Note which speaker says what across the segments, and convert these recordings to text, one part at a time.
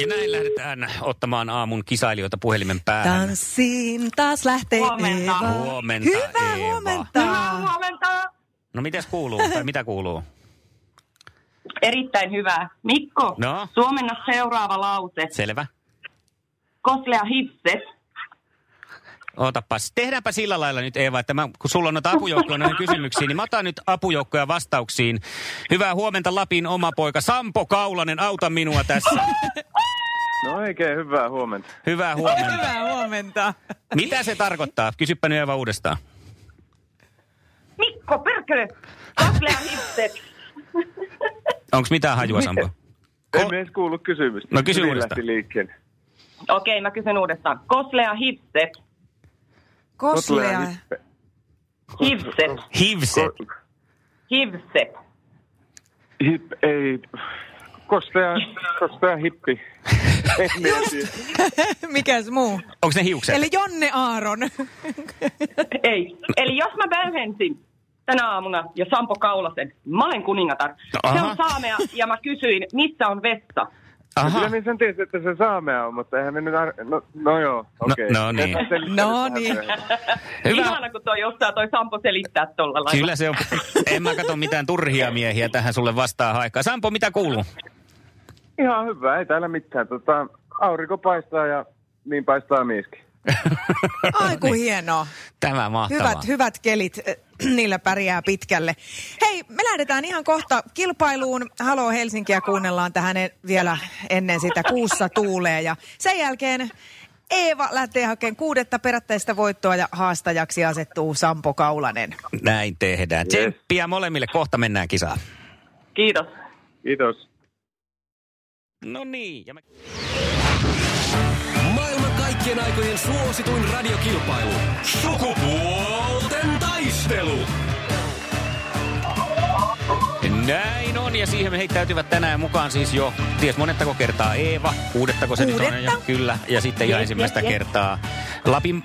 Speaker 1: Ja näin lähdetään ottamaan aamun kisailijoita puhelimen päähän.
Speaker 2: Tanssiin taas lähtee
Speaker 3: Huomenta.
Speaker 2: Eeva.
Speaker 1: Huomenta,
Speaker 2: Hyvää
Speaker 1: Eeva.
Speaker 2: huomenta.
Speaker 3: Hyvää huomenta.
Speaker 1: No mitäs kuuluu? tai mitä kuuluu?
Speaker 3: Erittäin hyvää. Mikko,
Speaker 1: No?
Speaker 3: suomenna seuraava lause.
Speaker 1: Selvä.
Speaker 3: Koslea hipset.
Speaker 1: Ootapas. Tehdäänpä sillä lailla nyt Eeva, että mä, kun sulla on noita apujoukkoja noihin kysymyksiin, niin mä otan nyt apujoukkoja vastauksiin. Hyvää huomenta Lapin oma poika Sampo Kaulanen, auta minua tässä.
Speaker 4: No oikein hyvää huomenta.
Speaker 1: Hyvää huomenta.
Speaker 2: Hyvää huomenta.
Speaker 1: Mitä se tarkoittaa? Kysyppä nyt Eeva uudestaan.
Speaker 3: Mikko, perkele. Koslea hipset.
Speaker 1: Onko mitään hajua Sampo?
Speaker 4: Emme edes kuullut kysymystä.
Speaker 1: No kysy
Speaker 4: Hyvin
Speaker 1: uudestaan.
Speaker 4: lähti liikkeelle.
Speaker 3: Okei, mä kysyn uudestaan. Koslea hipset.
Speaker 2: Koslea.
Speaker 4: Kotlea hippe.
Speaker 3: Hipset.
Speaker 1: Hivset.
Speaker 4: Ko-
Speaker 3: Hipset.
Speaker 4: hip, ei. Kostea, kostea hippi. Ei me siis- tiedä.
Speaker 2: Mikäs muu?
Speaker 1: Onko ne hiukset?
Speaker 2: Eli Jonne Aaron.
Speaker 3: Ei. Eli jos mä välhensin tänä aamuna ja Sampo Kaulasen, mä olen kuningatar. Se
Speaker 1: No, Aha.
Speaker 3: on saamea ja mä kysyin, missä on vessa.
Speaker 4: No
Speaker 1: Aha.
Speaker 4: Kyllä niin sen tiesi, että se saamea on, mutta eihän me nyt... Ar- no, no joo, okei.
Speaker 1: no niin.
Speaker 4: Jätän sen nyt
Speaker 2: No
Speaker 4: tähän
Speaker 2: niin.
Speaker 4: myöhemmin.
Speaker 1: Hyvä.
Speaker 3: Ihana, kun toi osaa toi Sampo selittää tolla lailla.
Speaker 1: Kyllä se on. En mä katso mitään turhia miehiä tähän sulle vastaan haikkaa. Sampo, mitä kuuluu?
Speaker 4: Ihan hyvä, ei täällä mitään. Tota, aurinko paistaa ja niin paistaa mieskin.
Speaker 2: Aiku hienoa.
Speaker 1: Tämä Niin. mahtavaa.
Speaker 2: Hyvät, hyvät kelit, äh, niillä pärjää pitkälle. Hei, me lähdetään ihan kohta kilpailuun. Halo Helsinkiä kuunnellaan tähän e- vielä ennen sitä kuussa tuulee. Ja sen jälkeen Eeva lähtee hakemaan kuudetta perättäistä voittoa ja haastajaksi asettuu Sampo Kaulanen.
Speaker 1: Näin tehdään. Tsemppiä molemmille. Kohta mennään kisaan.
Speaker 3: Kiitos.
Speaker 4: Kiitos.
Speaker 1: No niin. Ja mä...
Speaker 5: Maailman kaikkien aikojen suosituin radiokilpailu. Sukupuolten taistelu.
Speaker 1: Näin on. Ja siihen me heittäytyvät tänään mukaan siis jo ties monettako kertaa Eeva. Kuudettako se nyt on?
Speaker 2: Kuudetta.
Speaker 1: Jo? Kyllä. Ja sitten ihan ensimmäistä kertaa Lapin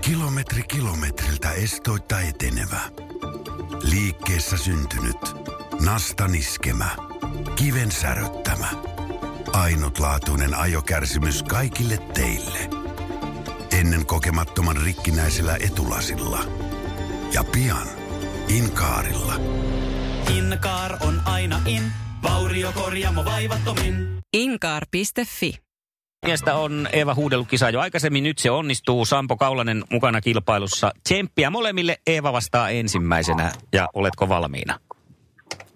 Speaker 6: Kilometri kilometriltä estoitta etenevä. Liikkeessä syntynyt. Nasta niskemä. Kiven säröttämä. Ainutlaatuinen ajokärsimys kaikille teille. Ennen kokemattoman rikkinäisellä etulasilla. Ja pian Inkaarilla.
Speaker 7: Inkaar on aina in, vauriokorjaamo vaivattomin.
Speaker 8: Inkaar.fi.
Speaker 1: Miestä on Eeva huudellut kisaa jo aikaisemmin. Nyt se onnistuu. Sampo Kaulanen mukana kilpailussa. Tsemppiä molemmille. Eeva vastaa ensimmäisenä. Ja oletko valmiina?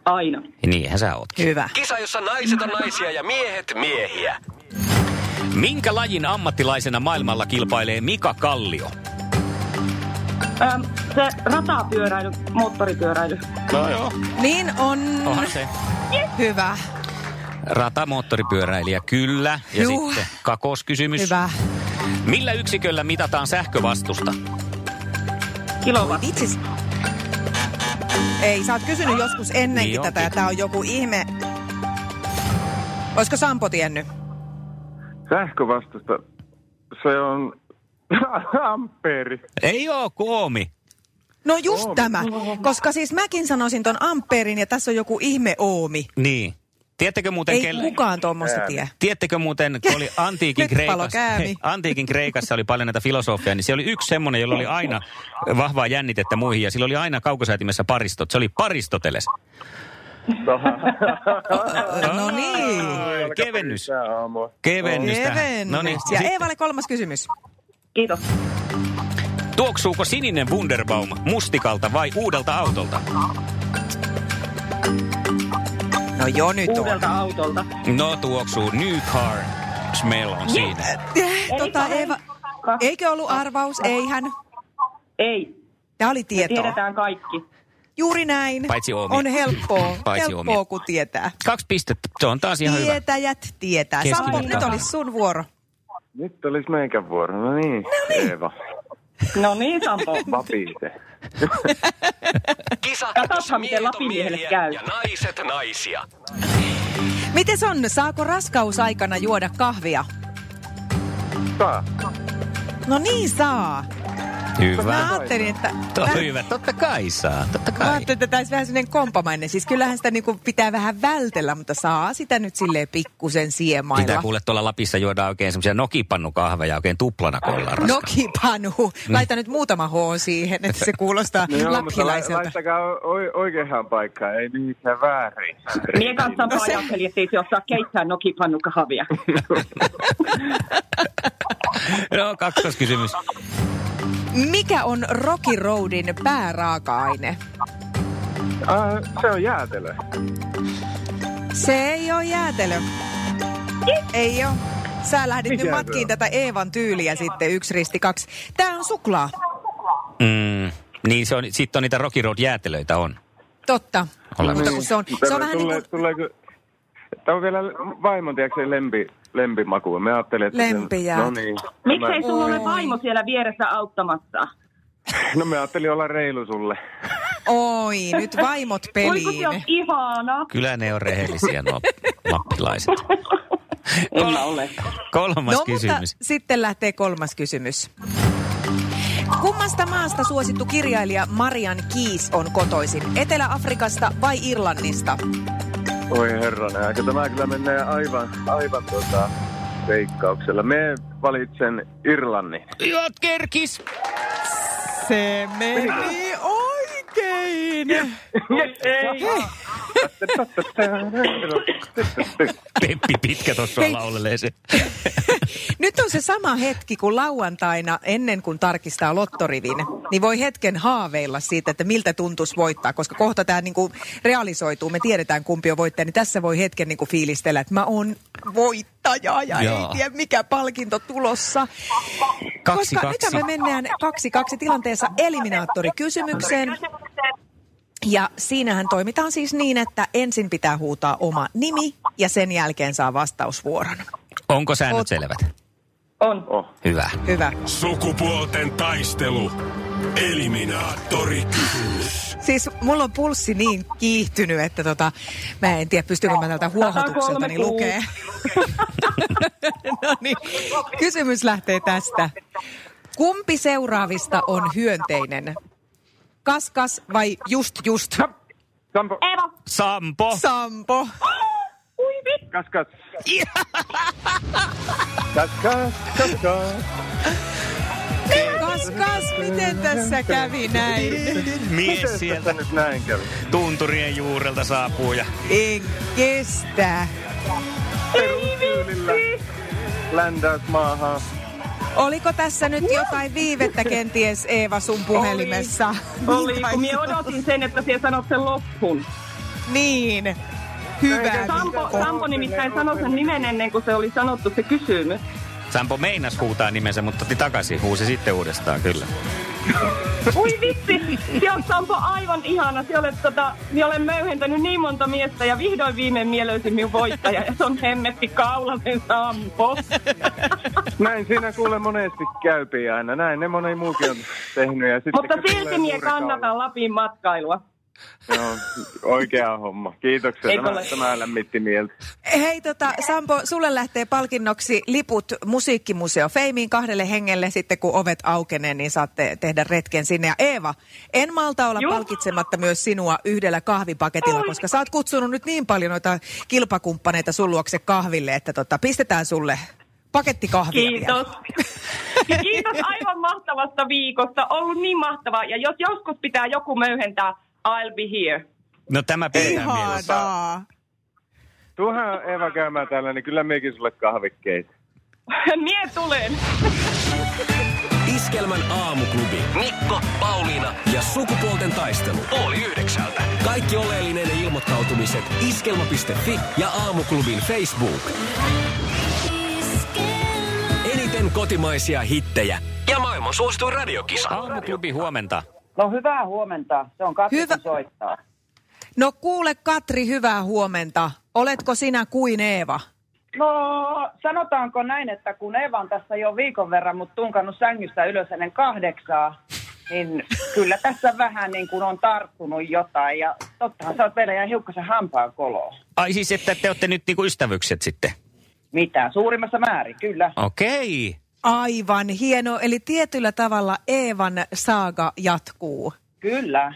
Speaker 3: Aina.
Speaker 1: Niinhän sä ootkin.
Speaker 2: Hyvä.
Speaker 5: Kisa, jossa naiset on naisia ja miehet miehiä.
Speaker 1: Minkä lajin ammattilaisena maailmalla kilpailee Mika Kallio?
Speaker 3: Öm, se ratapyöräily, moottoripyöräily.
Speaker 1: No joo.
Speaker 2: Niin on.
Speaker 1: Onhan se.
Speaker 2: Hyvä,
Speaker 1: Ratamoottoripyöräilijä, kyllä. Ja
Speaker 2: Juu.
Speaker 1: sitten kakoskysymys.
Speaker 2: hyvä.
Speaker 1: Millä yksiköllä mitataan sähkövastusta?
Speaker 3: Kilowatti.
Speaker 2: Vitsis. Ei, sä oot kysynyt joskus ennenkin
Speaker 1: Niin
Speaker 2: tätä
Speaker 1: onkin.
Speaker 2: ja tää on joku ihme. Olisiko Sampo tiennyt?
Speaker 4: Sähkövastusta. Se on ampeeri.
Speaker 1: Ei oo koomi.
Speaker 2: No just tämä, koska siis mäkin sanoisin ton ampeerin ja tässä on joku ihme oomi.
Speaker 1: Niin. Tiedättekö muuten,
Speaker 2: Ei
Speaker 1: kelle-
Speaker 2: kukaan tuommoista tie.
Speaker 1: Tiedättekö muuten, kun oli antiikin,
Speaker 2: Nyt palo
Speaker 1: Kreikassa,
Speaker 2: käämi.
Speaker 1: antiikin Kreikassa oli paljon näitä filosofiaa, niin se oli yksi semmoinen, jolla oli aina vahvaa jännitettä muihin, ja sillä oli aina kaukosäätimessä paristot. Se oli paristoteles.
Speaker 2: No niin,
Speaker 1: Ai, kevennys.
Speaker 4: pyristää aamua.
Speaker 1: Kevennys tähän. No niin,
Speaker 2: Ja
Speaker 1: sitten.
Speaker 2: Eevalle kolmas kysymys.
Speaker 3: Kiitos.
Speaker 1: Tuoksuuko sininen Wunderbaum mustikalta vai uudelta autolta?
Speaker 2: No jo nyt on.
Speaker 3: Uudelta autolta.
Speaker 1: No tuoksuu new car. Smell on siinä.
Speaker 2: Tota, Eeva, eikö ollut arvaus? Eihän.
Speaker 3: Ei.
Speaker 2: Tämä oli tietoa.
Speaker 3: Tiedetään kaikki.
Speaker 2: Juuri näin.
Speaker 1: Paitsi omia.
Speaker 2: On helppoa.
Speaker 1: Paitsi
Speaker 2: helppoa,
Speaker 1: omia.
Speaker 2: kun tietää.
Speaker 1: Kaksi pistettä. Se on taas ihan hyvä.
Speaker 2: Tietäjät tietää. Sampo,
Speaker 1: Keskivertaa.
Speaker 2: nyt olisi sun vuoro.
Speaker 4: Nyt olisi meikän vuoro. No niin, Eeva.
Speaker 3: No niin, Sampo.
Speaker 4: Vapise.
Speaker 5: Kisat,
Speaker 3: Katsotaan, miten
Speaker 5: miehet on
Speaker 3: Lapinmiehelle
Speaker 5: miehiä
Speaker 3: käy.
Speaker 5: Ja naiset naisia.
Speaker 2: Miten on? Saako raskausaikana juoda kahvia?
Speaker 4: Saa.
Speaker 2: No niin saa.
Speaker 1: Hyvä.
Speaker 2: Mä ajattelin, että...
Speaker 1: Tuo
Speaker 2: mä-
Speaker 1: on hyvä. Totta kai saa. Totta
Speaker 2: Mä
Speaker 1: kai.
Speaker 2: ajattelin, että tämä olisi vähän sellainen kompamainen. Siis kyllähän sitä niinku pitää vähän vältellä, mutta saa sitä nyt silleen pikkusen
Speaker 1: Mitä
Speaker 2: siemailla.
Speaker 1: kuule tuolla Lapissa juodaan oikein semmoisia nokipannukahveja oikein tuplana kollara.
Speaker 2: Nokipanu. No
Speaker 1: Niin.
Speaker 2: Laita nyt muutama H siihen, että se kuulostaa
Speaker 4: No joo, mutta lai-
Speaker 2: lappilaiselta.
Speaker 4: laittakaa o- oikeaan paikkaan, ei mihinkään väärin.
Speaker 3: Mie kanssa no se... ajattelin, että ei se osaa keittää nokipannukahvia.
Speaker 1: No kakkoskysymys.
Speaker 2: Mikä on Rocky Roadin pääraaka-aine?
Speaker 4: Ah, se on jäätelö.
Speaker 2: Se ei ole jäätelö. Ei ole. Sä lähdit
Speaker 4: Mikä
Speaker 2: nyt
Speaker 4: se
Speaker 2: matkiin
Speaker 4: on?
Speaker 2: tätä Eevan tyyliä sitten, yksi risti kaksi. Tää on suklaa.
Speaker 1: Mm, niin se on, sit on niitä Rocky Road jäätelöitä on.
Speaker 2: Totta.
Speaker 4: Niin.
Speaker 1: Olemme.
Speaker 2: Mutta kun se on, se on vähän niin kuin
Speaker 4: Tuleeko, tämä on vielä vaimon, tiedätkö, se lempi, lempimaku. Me ajattelin, että... se-
Speaker 2: Lempijäätelö.
Speaker 4: No niin.
Speaker 3: Miksei
Speaker 4: Mä-
Speaker 3: sulla ole vaimo siellä vieressä auttamassa?
Speaker 4: No me ajattelin olla reilu sulle.
Speaker 2: Oi, nyt vaimot
Speaker 3: Voi kun se on
Speaker 2: peliin.
Speaker 3: ihana.
Speaker 1: Kyllä ne on rehellisiä no. nuo lappilaiset.
Speaker 3: En mä ole.
Speaker 1: Kolmas
Speaker 2: No mutta
Speaker 1: kysymys.
Speaker 2: sitten lähtee kolmas kysymys. Kummasta maasta suosittu kirjailija Marian Kiis on kotoisin? Etelä-Afrikasta vai Irlannista?
Speaker 4: Oi herranen, aika tämä kyllä menee aivan, aivan tuota veikkauksella. Me valitsen Irlannin.
Speaker 1: Jot kerkis.
Speaker 2: Se meni oikein.
Speaker 1: Peppi Pitkä tuossa
Speaker 2: Hei.
Speaker 1: laulelee se.
Speaker 2: Nyt on se sama hetki kuin lauantaina ennen kuin tarkistaa lottorivin, niin voi hetken haaveilla siitä, että miltä tuntuisi voittaa, koska kohta tämä niinku realisoituu, me tiedetään kumpi on voittaja, niin tässä voi hetken niinku fiilistellä, että mä oon voittaja ja Joo.
Speaker 1: Joo.
Speaker 2: ei tiedä mikä palkinto tulossa.
Speaker 1: Kaksi,
Speaker 2: koska
Speaker 1: kaksi.
Speaker 2: nyt me mennään kaksi kaksi tilanteessa eliminaattorikysymykseen. Ja siinähän toimitaan siis niin, että ensin pitää huutaa oma nimi ja sen jälkeen saa vastausvuoron.
Speaker 1: Onko säännöt
Speaker 2: Oot-
Speaker 1: selvät?
Speaker 3: On.
Speaker 1: Hyvä.
Speaker 2: Hyvä.
Speaker 8: Sukupuolten taistelu. Eliminaattori kysymys.
Speaker 2: Siis mulla on pulssi niin kiihtynyt, että tota, mä en tiedä pystykö mä tältä huohotukseltani
Speaker 3: 136.
Speaker 2: lukee. no niin, kysymys lähtee tästä. Kumpi seuraavista on hyönteinen? Kaskas vai just just?
Speaker 4: Sampo,
Speaker 3: Eeva.
Speaker 1: Sampo.
Speaker 2: Sampo.
Speaker 4: kas kas. Kas kas, kas kas.
Speaker 2: Kaskas, miten tässä kävi näin?
Speaker 1: Mies
Speaker 4: Miten
Speaker 1: sieltä
Speaker 4: tässä nyt näin kävi?
Speaker 1: tunturien juurelta saapuu ja
Speaker 2: En kestä.
Speaker 4: Perustyylillä. Ländäys maahan.
Speaker 2: Oliko tässä nyt jotain viivettä kenties Eeva sun puhelimessa?
Speaker 3: Oli,
Speaker 2: Niin
Speaker 3: kun
Speaker 2: taisi
Speaker 3: mie odotin sen, että sinä sanot sen loppuun.
Speaker 2: Niin. Hyvä.
Speaker 3: Sampo,
Speaker 2: Mikko.
Speaker 3: Sampo nimittäin sanoi sen nimen ennen kuin se oli sanottu se kysymys.
Speaker 1: Sampo meinas huutaa nimensä, mutta otti takaisin. Huusi sitten uudestaan, kyllä.
Speaker 3: Ui vitsi, se on Sampo aivan ihana. Se olet, tota, minä olen möyhentänyt niin monta miestä ja vihdoin viimein mielöisin minun voittaja. Ja se on hemmetti kaulasen Sampo.
Speaker 4: Näin siinä kuule monesti käypi aina. Näin ne moni muukin on tehnyt. Ja sitten
Speaker 3: Mutta
Speaker 4: kun tulee
Speaker 3: silti minä
Speaker 4: suuri kaula-
Speaker 3: kannatan Lapin matkailua.
Speaker 4: Joo, oikea homma. Kiitoksia.
Speaker 3: Eikö
Speaker 4: Tämä,
Speaker 3: ole?
Speaker 4: tämä lämmitti mieltä.
Speaker 2: Hei tota, Sampo, sulle lähtee palkinnoksi liput Musiikkimuseo Feimiin kahdelle hengelle. Sitten kun ovet aukenee, niin saatte tehdä retken sinne. Ja Eeva, en malta olla
Speaker 3: Joo.
Speaker 2: palkitsematta myös sinua yhdellä kahvipaketilla, koska sä oot kutsunut nyt niin paljon noita kilpakumppaneita sun luokse kahville, että tota, pistetään sulle paketti kahvia. vielä.
Speaker 3: Kiitos. Ja kiitos aivan mahtavasta viikosta. Ollut niin mahtavaa. Ja jos joskus pitää joku möyhentää, I'll be here.
Speaker 1: No tämä pidetään mielessä.
Speaker 2: Ihanaa.
Speaker 4: Tuohan Eeva käymään täällä, niin kyllä mekin sulle kahvikkeet.
Speaker 3: Mie tulen.
Speaker 5: Iskelmän aamuklubi. Mikko, Pauliina ja sukupuolten taistelu. Oli yhdeksältä. Kaikki oleellinen ilmoittautumiset iskelma.fi ja aamuklubin Facebook. Eniten kotimaisia hittejä ja maailman suosituin radiokisa.
Speaker 1: Aamuklubi huomenta.
Speaker 9: No hyvää huomenta. Se on Katri,
Speaker 2: Hyvä-
Speaker 9: kun soittaa.
Speaker 2: No kuule Katri, hyvää huomenta. Oletko sinä kuin Eeva?
Speaker 9: No sanotaanko näin, että kun Eeva on tässä jo viikon verran mut tunkannut sängystä ylös ennen kahdeksaa, niin kyllä tässä vähän niin kuin on tarttunut jotain. Ja tottahan sä oot vielä ihan hiukkasen hampaan koloa.
Speaker 1: Ai siis, että te olette nyt niinku ystävykset sitten.
Speaker 9: Mitä? Suurimmassa määrin, kyllä.
Speaker 2: Oh.
Speaker 1: Okei.
Speaker 2: Aivan, hieno. Eli tietyllä tavalla Eevan saaga jatkuu.
Speaker 9: Kyllä.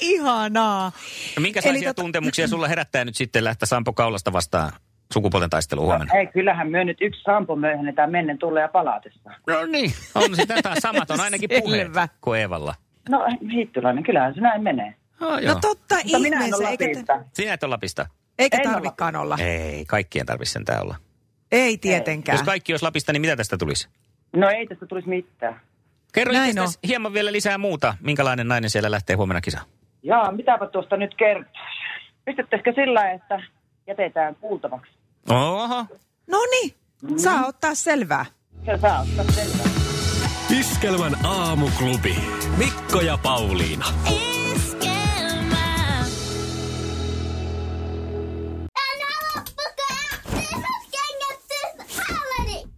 Speaker 2: Ihanaa.
Speaker 1: No
Speaker 2: Eli
Speaker 1: Minkälaisia
Speaker 2: tota-
Speaker 1: tuntemuksia sulla herättää nyt sitten lähteä Sampo Kaulasta vastaan sukupuolten taistelu huomenna?
Speaker 9: Ei, kyllähän myö nyt yksi sampo myöhennetään mennen tulee ja palatessa.
Speaker 1: No niin. On sitä taas samat on ainakin puheet
Speaker 2: Selvä.
Speaker 1: kuin Eevalla.
Speaker 9: No hittiläinen, kyllähän se näin menee.
Speaker 1: Oh,
Speaker 2: No totta
Speaker 9: Mutta minä en
Speaker 2: ihmeessä,
Speaker 9: ole
Speaker 2: eikä,
Speaker 9: Lapista.
Speaker 1: Sinä et ole Lapista.
Speaker 2: eikä
Speaker 9: En ole
Speaker 2: tarvikaan olla.
Speaker 1: Ei, kaikkien tarvitse sentään olla.
Speaker 2: Ei
Speaker 1: Jos
Speaker 2: tietenkään.
Speaker 1: kaikki olisi Lapista, niin mitä tästä tulisi?
Speaker 9: No ei tästä tulisi mitään.
Speaker 1: Kerro
Speaker 2: Näin
Speaker 1: itsestäsi hieman vielä lisää muuta. Minkälainen nainen siellä lähtee huomenna kisaan?
Speaker 9: Jaa, mitäpä tuosta nyt kertoo? Pistettäisikö sillä, että jätetään kuultavaksi?
Speaker 1: Oho.
Speaker 2: No niin, saa
Speaker 9: Mm-hmm.
Speaker 2: ottaa selvää.
Speaker 9: Se saa ottaa selvää.
Speaker 5: Iskelmän aamuklubi. Mikko ja Pauliina.